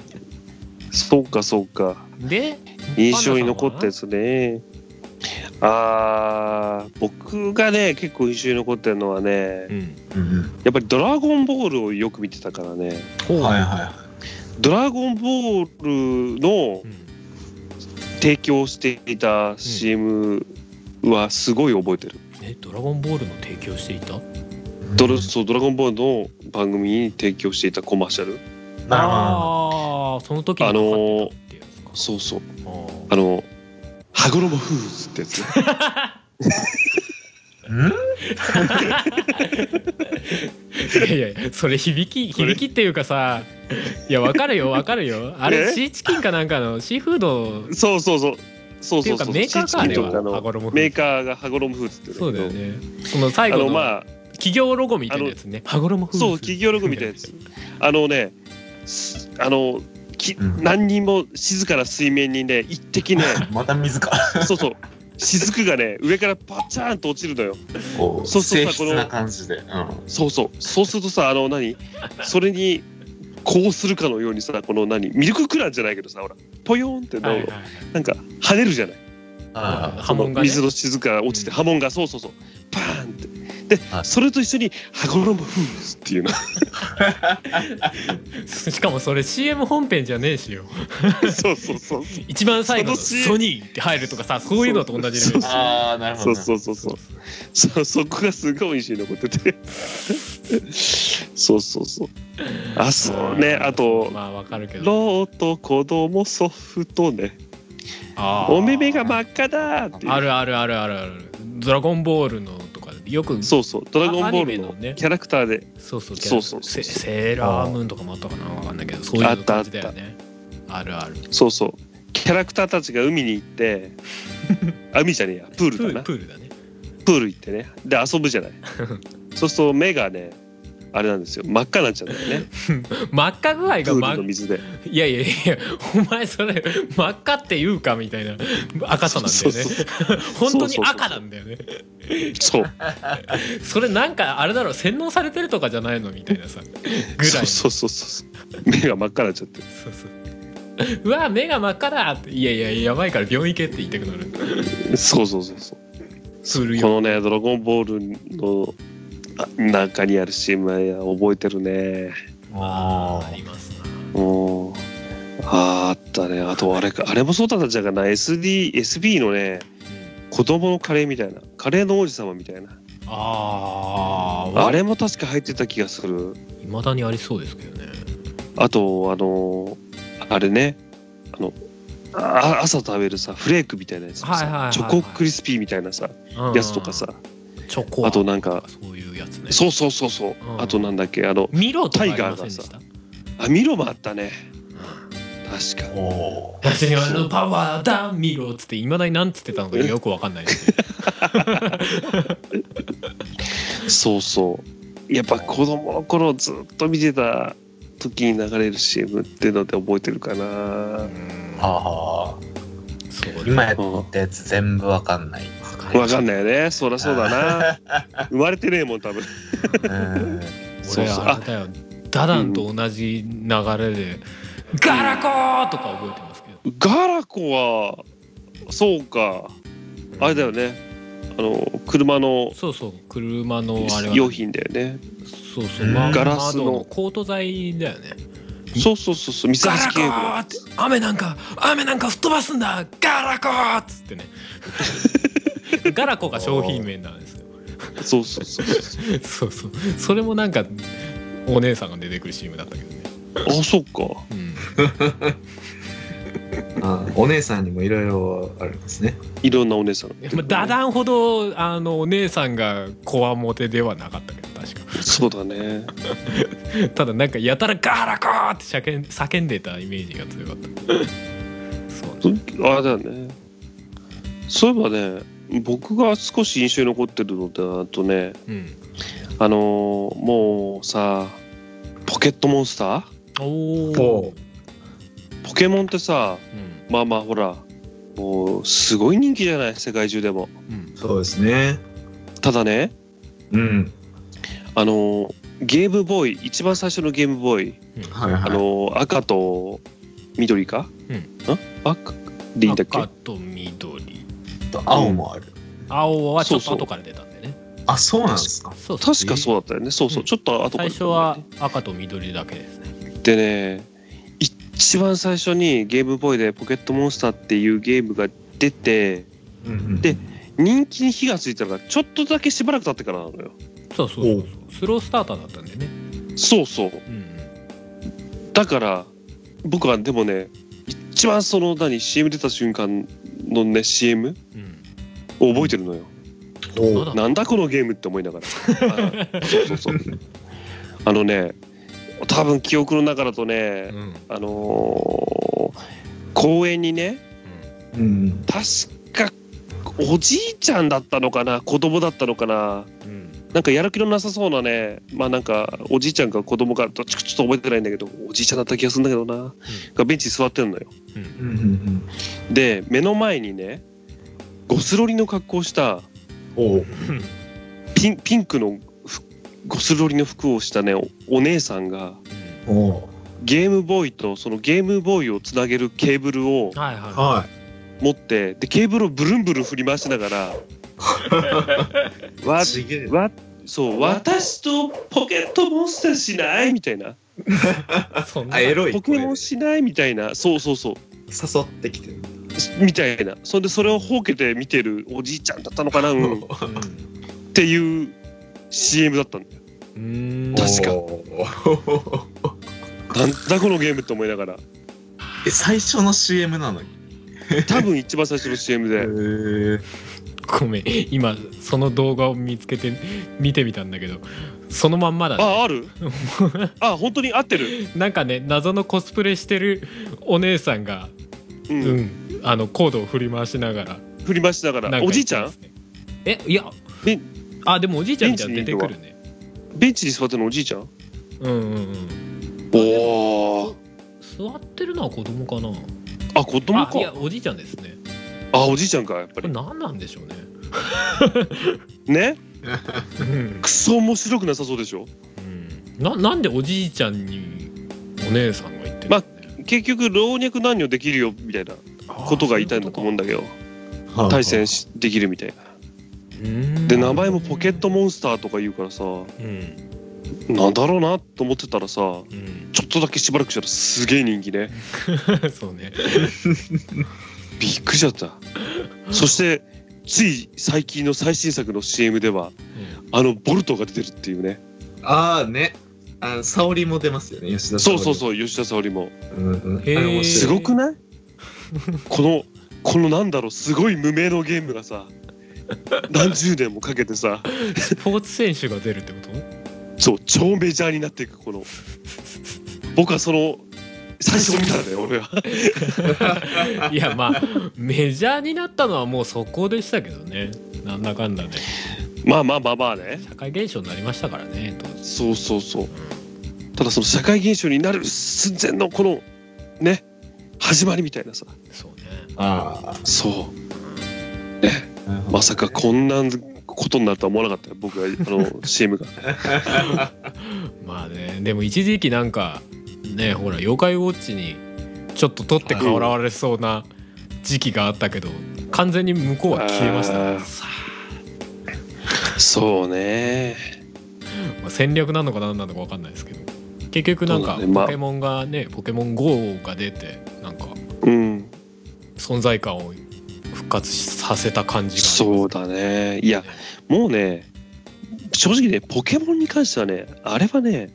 そうか、そうか。で印象に残ったやつつねあー僕がね結構印象に残ってるのはねうんうんやっぱり「ドラゴンボール」をよく見てたからねうん。はいい、はいはい。ドラゴンボールのうん提供していた CM はすごい覚えてる、えドラゴンボールの提供していたドラそうドラゴンボールの番組に提供していたコマーシャなルるほど。あああその時にかかってたっていうやつかそうそうあーあの羽衣フーズってやつね んいやいやそれ響き響きっていうかさいやわかるよわかる よあれえシーチキンかなんかのシーフードそうそうそうそうっていそううそかうメーカーかあれチキンはとかの羽衣フーズメーカーが羽衣フーズってそうだよねねその最あ後ののまあ企業ロゴみたいなやつね羽衣フーズそう企業ロゴみたいなやつあのねすあのきうん何人も静かな水面にね一 滴ねまた水か。そうそう雫がね上からパチャーンと落ちるのよこう、そうそう性さ質な感じで。うん。そうそうそうするとさあの何それにこうするかのようにさこの何ミルククランじゃないけどさほらポヨーンってな,、はいはいはいなんか跳ねるじゃないあ波紋がねその水の静か落ちてうん波紋がそうそうそうパーンってで、はいそれと一緒に「羽衣フー ズ」っていうのしかもそれ CM 本編じゃねえしよそうそうそうそ一番最後の「その CM ソニー」って入るとかさそういうのと同じレベルあ。ああ、なるほどうな。そうそうそうそそこがすごい印象に残っててそうそうそうあそうねあとまあわかるけ「どローと子供ソフトねあーお目目が真っ赤だ」っていうあるあるあるあるあるドラゴンボールのとかよくそうそう「ドラゴンボール」アニメのねのキャラクターでそうそうそうそうそセうセーラームーンとかもあったかなわかんないけどそういうの感じだよねあるあるそうそうキャラクターたちが海に行って あ海じゃねえやプープルーだルなプールだねプール行ってねで遊ぶじ ゃないそうすると目がねあれなんですよ真っ赤になっちゃうんだ よね真っ赤具合プがー真ルのっ水でいやいやいやお前それ真っ赤って言うかみたいな赤さなんだそうよそねう 本当に赤なんだよねそうそれなんかあれだろ洗脳されてるとかじゃないのみたいなさぐらいのそうそうそうそう目が真っ赤になっちゃってそうそう うわ目が真っ赤だっていやいややばいから病院行けって言いたくなるそうそうそうそうするこよのね「ドラゴンボール」のあ中にある CM は覚えてるねあありますなうんあーあったねあとあれかあれもそうだったんじゃないかな SDSB のね子供のカレーみたいなカレーの王子様みたいなあーあれも確か入ってた気がするいまだにありそうですけどねあとあのあれねあのあ朝食べるさフレークみたいなやつとかさはいはいはいはいチョコクリスピーみたいなさやつとかさチョコあとなんかそういうやつねそうそうそうそううんあとなんだっけあのミロとかありませんでしたあミロもあったね確あ。かおー私はのパワーだミロっつっていまだになんつってたのかよくわかんないですねそうそうやっぱ子供の頃ずっと見てた時に流れる CM っていうので覚えてるかなああ。そうだ今やったやつ全部わかんない。わかんないよねそりゃそうだな 生まれてねえもん多分うん。そう俺そうあれだよダダンと同じ流れで「ガラコー!」とか覚えてますけどガラコはそうかあれだよねあの車のそうそう車のあれは用品だよねそうそううんまあガラスの窓コート剤だよねそうそうそうそうガ三ラ橋コ警部ーって雨なんか雨なんか吹っ飛ばすんだガラコーっつって ねガラコが商品名なんですよそうそうそうそうそうそうそれもなんかお姉さんが出てくる CM だったけどね、あそうかうん、うんお姉さんにもいろいろあるんですね。いろんなお姉さんまあ、ダダンほどあのお姉さんがこわもてではなかったけど確かそうだねただなんかやたらガラコーって叫ん叫んでたイメージが強かったそうねそあれだよねそういえばね僕が少し印象に残ってるのだとねうんあのーもうさポケットモンスターおほお、ポケモンってさうんまあまあほらもうすごい人気じゃない世界中でもうん、そうですね。ただねうん。あのゲームボーイ一番最初のゲームボーイ、はいはい。あの赤と緑か、うん赤でいいんだっけ赤と緑青もある。青はちょっとそうそう後から出たんでねあ、そうなんですか。そうそう確かそうだったよねそうそう、うんちょっと後か最ら初は赤と緑だけですねでね一番最初にゲームボーイで「ポケットモンスター」っていうゲームが出てうんうんで人気に火がついたのがちょっとだけしばらく経ってからなのよそうそうそうそうスロースターターだったんでねそうそううんだから僕はでもね一番その何 CM 出た瞬間のね CM うんを覚えてるのよそうだなんだこのゲームって思いながらあそうそうそう あのね多分記憶の中だとねうんあのー公園にねうん。確かおじいちゃんだったのかな子供だったのかなうんなんかやる気のなさそうなねまあなんかおじいちゃんか子供かどっちかちょっと覚えてないんだけどおじいちゃんだった気がするんだけどな、がベンチに座ってるのようんうんで目の前にねゴスロリの格好をしたうん。おう。ピンピンクのふゴスロリの服をしたねおお姉さんがおう。ゲームボーイとそのゲームボーイをつなげるケーブルをはいはは持ってでケーブルをブルンブルン振り回しながらわい。すげえ。わそう私とポケットモンスターしないみたいないそんなあ、エロい。ポケモンしないみたいなそうそうそう誘ってきてる。みたいなそれでそれをほうけて見てるおじいちゃんだったのかな、うん、っうんていう CM だったんだようーん確かか。なんだこのゲームって思いながら え、最初の CM なのに。多分一番最初の CM へえ。でごめん今その動画を見つけて見てみたんだけどそのまんまだ、ね、あ あるあ本当に合ってる、なんかね謎のコスプレしてるお姉さんが、ううんんあのコードを振り回しながら振り回しながならかおじいちゃんえいやえあでもおじいちゃんみたいなの出てくるねベンチに座ってるのおじいちゃんうんうんうんおお座ってるのは子供かなあ子供あかいやおじいちゃんですねあおじいちゃんかやっぱこれり何なんでしょうねねうんクソ面白くなさそうでしょななんでおじいちゃんにお姉さんが言ってるのまあ結局老若男女できるよみたいなことが言いたいんだと思うんだけど対戦しできるみたいなで名前もポケットモンスターとか言うからさうんなんだろうなと思ってたらさうん ちょっとだけしばらくしたらすげえ人気ねそうねびっくりしちゃったそしてつい最近の最新作の CM ではあのボルトが出てるっていうねああね。あ、沙織も出ますよね。吉田沙そ保う里そうそう吉田沙保里もうんうん。へーあれ面白いすごくないこのこのなんだろうすごい無名のゲームがさ何十年もかけてさスポーツ選手が出るってことそう超メジャーになっていくこの僕はその最初見たんだよ俺はいやまあメジャーになったのはもうそこでしたけどねなんだかんだでまあまあまあまあね社会現象になりましたからね当時そうそうそうただその社会現象になる寸前のこのね始まりみたいなさそうねあそうねあ。なるほどまさかこんなことになるとは思わなかったよ僕はあの CM がまあねでも一時期なんかねほら妖怪ウォッチにちょっと取って代わられそうな時期があったけど完全に向こうは消えましたねあーさそうねあまあ戦略なのか何なのか分かんないですけど結局なんかそうだねまあポケモンがねポケモン GO が出てなんかうん存在感を復活させた感じがそうだねいやもうね正直ねポケモンに関してはねあれはね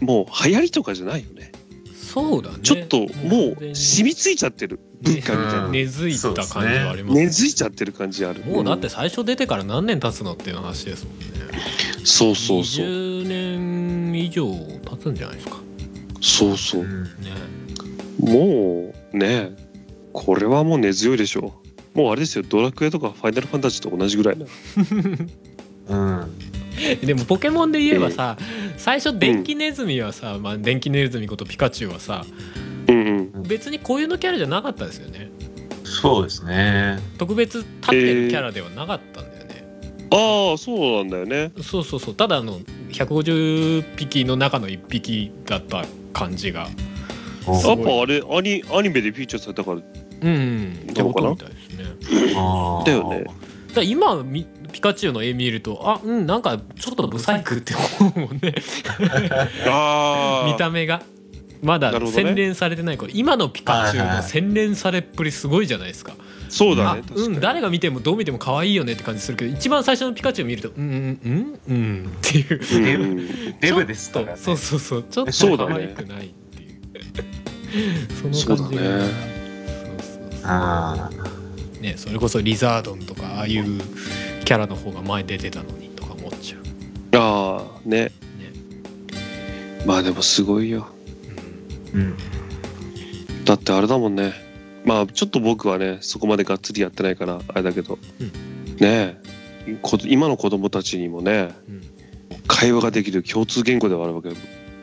もう流行りとかじゃないよねそうだねちょっとも完全うに染みついちゃってる文化みたいな、うん根付いた感じはあります根付いちゃってる感じあるもうだって最初出てから何年経つのっていう話ですもんねうんそうそうそう20年以上経つんじゃないですかそうそううんね もうねこれはもう根強いでしょうもうあれですよドラクエとかファイナルファンタジーと同じぐらいなうん。でもポケモンで言えばさ最初電気ネズミはさ、まあ、電気ネズミことピカチュウはさうんうん別に固有のキャラじゃなかったですよねそうですね。特別立ってるキャラではなかったんだよね、ああそうなんだよねそうそうそうただあの150匹の中の1匹だった感じがやそっうぱあれアニアニメでフィーチャーされたからうんってこどうかとなみたいですねあーだよね。だから今みピカチュウの絵見るとあうんなんかちょっとブサイクって思うもんねああ見た目がまだなるほどね洗練されてない頃、今のピカチュウの洗練されっぷりすごいじゃないですかそうだあね確かうにん、誰が見てもどう見ても可愛いよねって感じするけど一番最初のピカチュウ見るとうんうんうんうんっていううんうんデブですからね。そうそうそうちょっとそうだ可ね愛くないっていうそのそう感だじがねあーねそれこそリザードンとかああいうキャラの方が前出てたのにとか思っちゃう、ああねまあでもすごいよううんだってあれだもんねまあちょっと僕はねそこまでがっつりやってないからあれだけど、うんねえこ今の子供たちにもね、うん会話ができる共通言語ではあるわけじ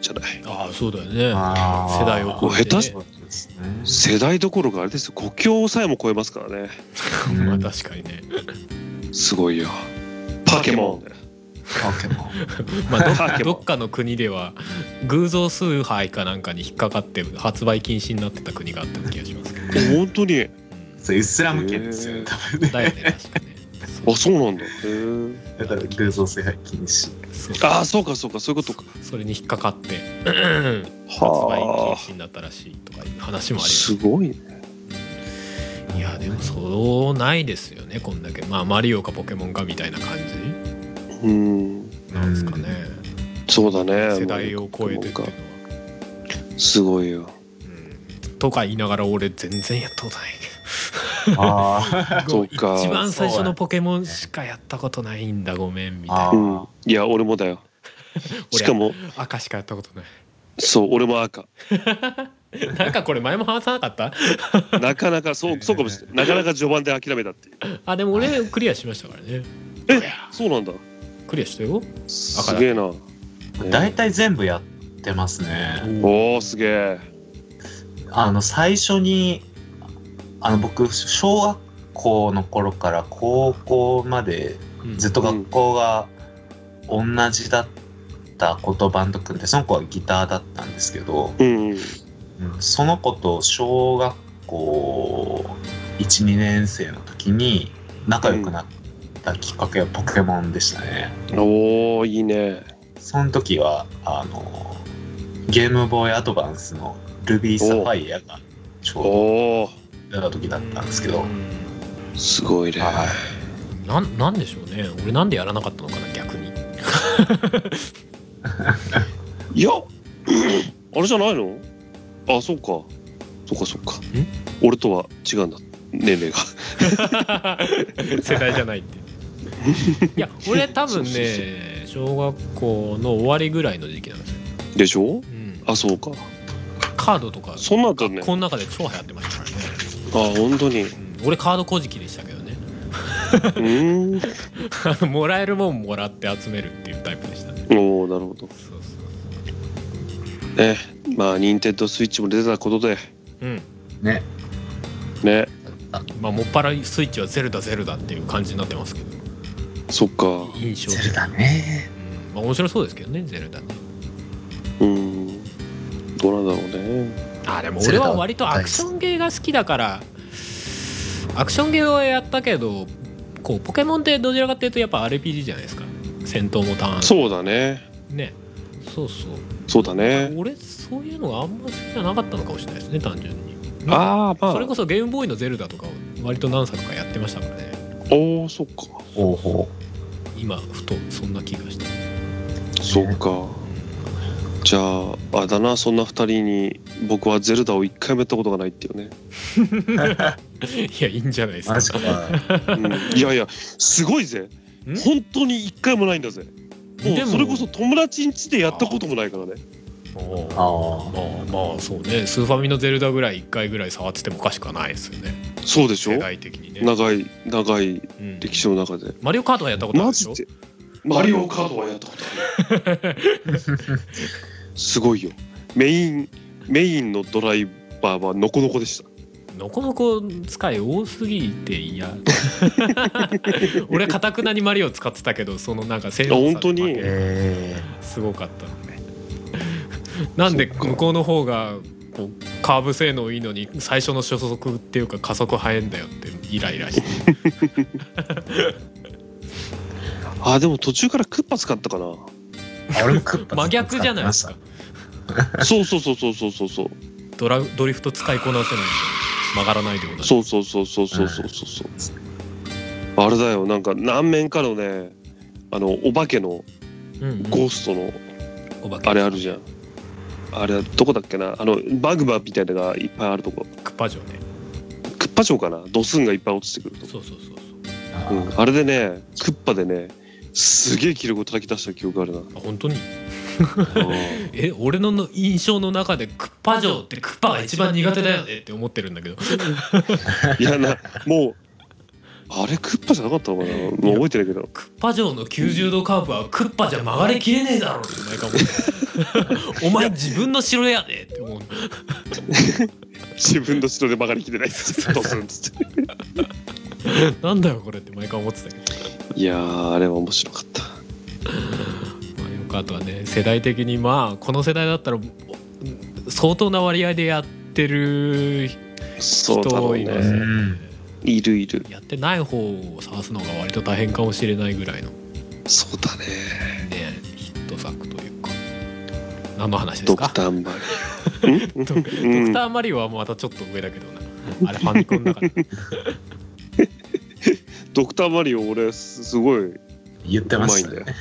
ゃないんああそうだよねあー世代を超えて、もねう下手し、そうですね世代どころかあれですよ国境さえも超えますからねうんまあ確かにねすごいよパケモンポケモンまあどっパかケモ どンっかの国では偶像崇拝かなんかに引っかかって発売禁止になってた国があった気がしますけど、ね本当にそうイスラム系ですよね多分ねだよね確かねあそうなんだへえだから偶像性が禁止そうああそうかそうかそういうことかそれに引っかか って発売は禁止になったらしいとかいう話あもありますすごいねいやでもそうないですよねこんだけまあマリオかポケモンかみたいな感じうんなんですかね、そうだね世代を超えてっていうのは、すごいようん、とか言いながら俺全然やったことないあそうか一番最初のポケモンしかやったことないんだごめんみたいあなうんいや俺もだよ俺しかも赤しかやったことない そう俺も 赤なんかこれ前も話さなかった なかなかそうそうかもしれないなかなか序盤で諦めたっていうあでも俺クリアしましたからねえそうなんだクリアしたよすげえなあ大体全部やってますねおおすげえあの最初にあの僕小学校の頃から高校までうんずっと学校が同じだった子とバンド組んでその子はギターだったんですけど、うんうんうんその子と小学校12年生の時に仲良くなったきっかけはポケモンでしたね。おおいいねその時はあのゲームボーイアドバンスのルビーサファイアがちょうどおお出た時だったんですけど、うんすごいねはいなんなんでしょうね俺なんでやらなかったのかな逆にいやあれじゃないのあそうかそうかそうか俺とは違うんだ年齢が世代じゃないっていや俺多分ね小学校の終わりぐらいの時期なんですよ、でしょうん、あそうかカードとかそんなんだねこの中で超流行ってましたからね、あ本当にううん俺カードこじきでしたけどね ーんあのもらえるもんもらって集めるっていうタイプでしたねおおなるほどそうそねまあ任天堂スイッチも出たことでううんねねまあもっぱらスイッチはゼルダゼルダっていう感じになってますけどそっか印象ゼ的ルダねうんまあ面白そうですけどねゼルダねうんどうなんだろうねあでもゼ俺ルダは割とアクションゲーが好きだからアクションゲーはやったけどこうポケモンってどちらかっていうとやっぱ RPG じゃないですか戦闘もターンそうだねねそうそうそうだね俺そういうのがあんま好きじゃなかったのかもしれないですね単純にああまあそれこそゲームボーイのゼルダとかを割と何作かやってましたからねおおそっか方法今ふとそんな気がしたそっかじゃああれだなそんな二人に僕はゼルダを一回もやったことがないっていうね、いやいいんじゃないですかマジかうん、いやいやすごいぜん本当に一回もないんだぜもうでもそれこそ友達ん家でやったこともないからねおうあまあまあそうねスーファミのゼルダぐらい1回ぐらい触っててもおかしくはないですよねそうでしょ世代的にね、長い長いうん歴史の中でマリオカートはやったことあるマでしジょでマリオカードはやったこと あるすごいよメインメインのドライバーはノコノコでしたのこのこ使い多すぎて 嫌俺かたくなにマリオ使ってたけどそのなんか性能差本当に負けえすごかったのね なんで向こうの方がこうカーブ性能いいのに最初の初速っていうか加速早いんだよってイライラして あでも途中からクッパ使ったかなー、俺もクッパ真逆じゃないです使かってそうそうそうそうそうそうそうドラドリフト使いこなせないんですよ曲がらないでもないそうそうそうそうそうそうそうそうあれだよなんか何面かのねあのお化けのうんうんゴーストのお化けあれあるじゃんあれはどこだっけなあのバグバーみたいなのがいっぱいあるとこクッパ城ねクッパ城かなドスンがいっぱい落ちてくるとこそうそうそうそううんあれでねクッパでねすげえ記録を叩き出した記憶あるな あ本当にうんえ俺のの印象の中でクッパ城ってクッパが一番苦手だよねって思ってるんだけどいやなもうあれクッパじゃなかったのかなもう覚えてないけどクッパ城の90度カーブはクッパじゃ曲がりきれねえだろって毎回思ってるお前自分の城やでって思う自分の城で曲がりきれないっつってドスンっつってなんだよこれって毎回思ってたけど いやーあれは面白かったまあよくあとはね世代的にまあこの世代だったらお相当な割合でやってるそうだ人ろういますよねうねんいるいるやってない方を探すのが割と大変かもしれないぐらいのそうだねねヒット作というか何の話でドすかクターマドドクタリオうんーマリオはまたちょっと上だけどなあれファミコン だからドクターマリオ俺すすごいう言ってまましいんただよね。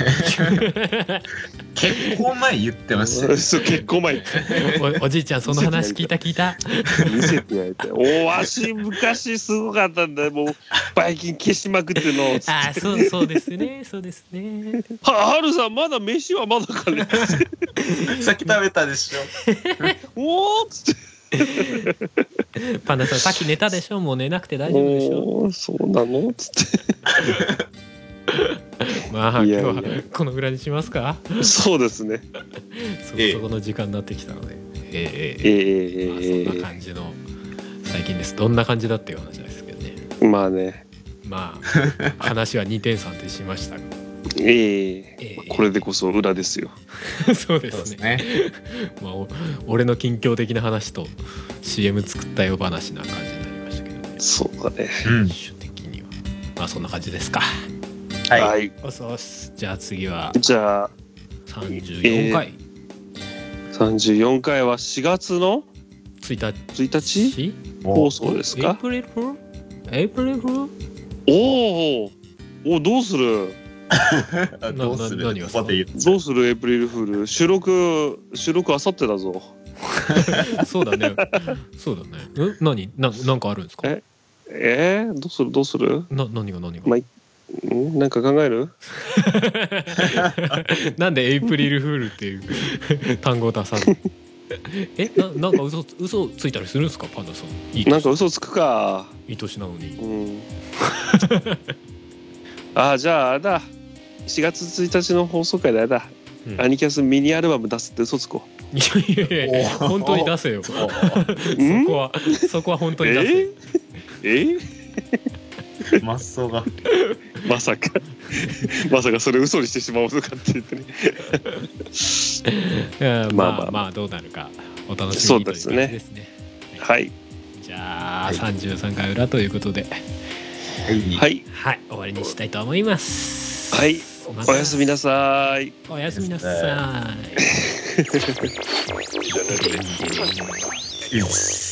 結構前言ってましたよそう 結構前おおじいちゃんその話聞いた聞いた見せてやりたいおわし昔すごかったんだよもうバイキン消しまくって のあーそうそうですねそうですねははるさんまだ飯はまだ かねさっき食べたでしょ。おーっつってパンダさんさっき寝たでしょもう寝なくて大丈夫でしょおーそうなのっつっまあい今日やいやはこのぐらいにしますかて そうですねそこええそこの時間になってきたのでええええまあそええんな感じの最近ですどんな感じだっていう話ですけどねまあねま あ話は2点3点しましたがええええこれでこそ裏ですよそうでそうですすねね。まあ、お俺の近況的な話と CM 作ったよ話な感じになりましたけどねそうだねうん。一種的にはまあそんな感じですかはい。おそうっすじゃあ次はじゃあ34回、 34回は4月の1 1日日も放う送ですエイかプリルフールエイプリルフールおーおどうするあどうすなな何をるするまで言っちゃどうするエイプリルフール収録収録あさってだぞ そうだね そうだねうん何ななんかあるんですかええー、どうするどうするな何が何が、まんなんか考えるなんでエイプリルフールっていう 単語を出さ ずえななんか嘘嘘ついたりするんですかパンダさんいいな年んか嘘つくかいい年なのにうんあじゃああれだ4月1日の放送回であれだ、うんアニキャスミニアルバム出すって嘘つこいやいやいやお本当に出せよおーうそんこはそこは本当に出せ、ええマッソが。まさか まさかそれ嘘にしてしまおうとかって言ってねうんままああまあ、ままああどうなるかお楽しそみうにとでいうす感ねじですねはいじゃあ、はい33回裏ということではい。はいはい終わりにしたいと思いますはいまたおやすみなさいおやすみなさいよし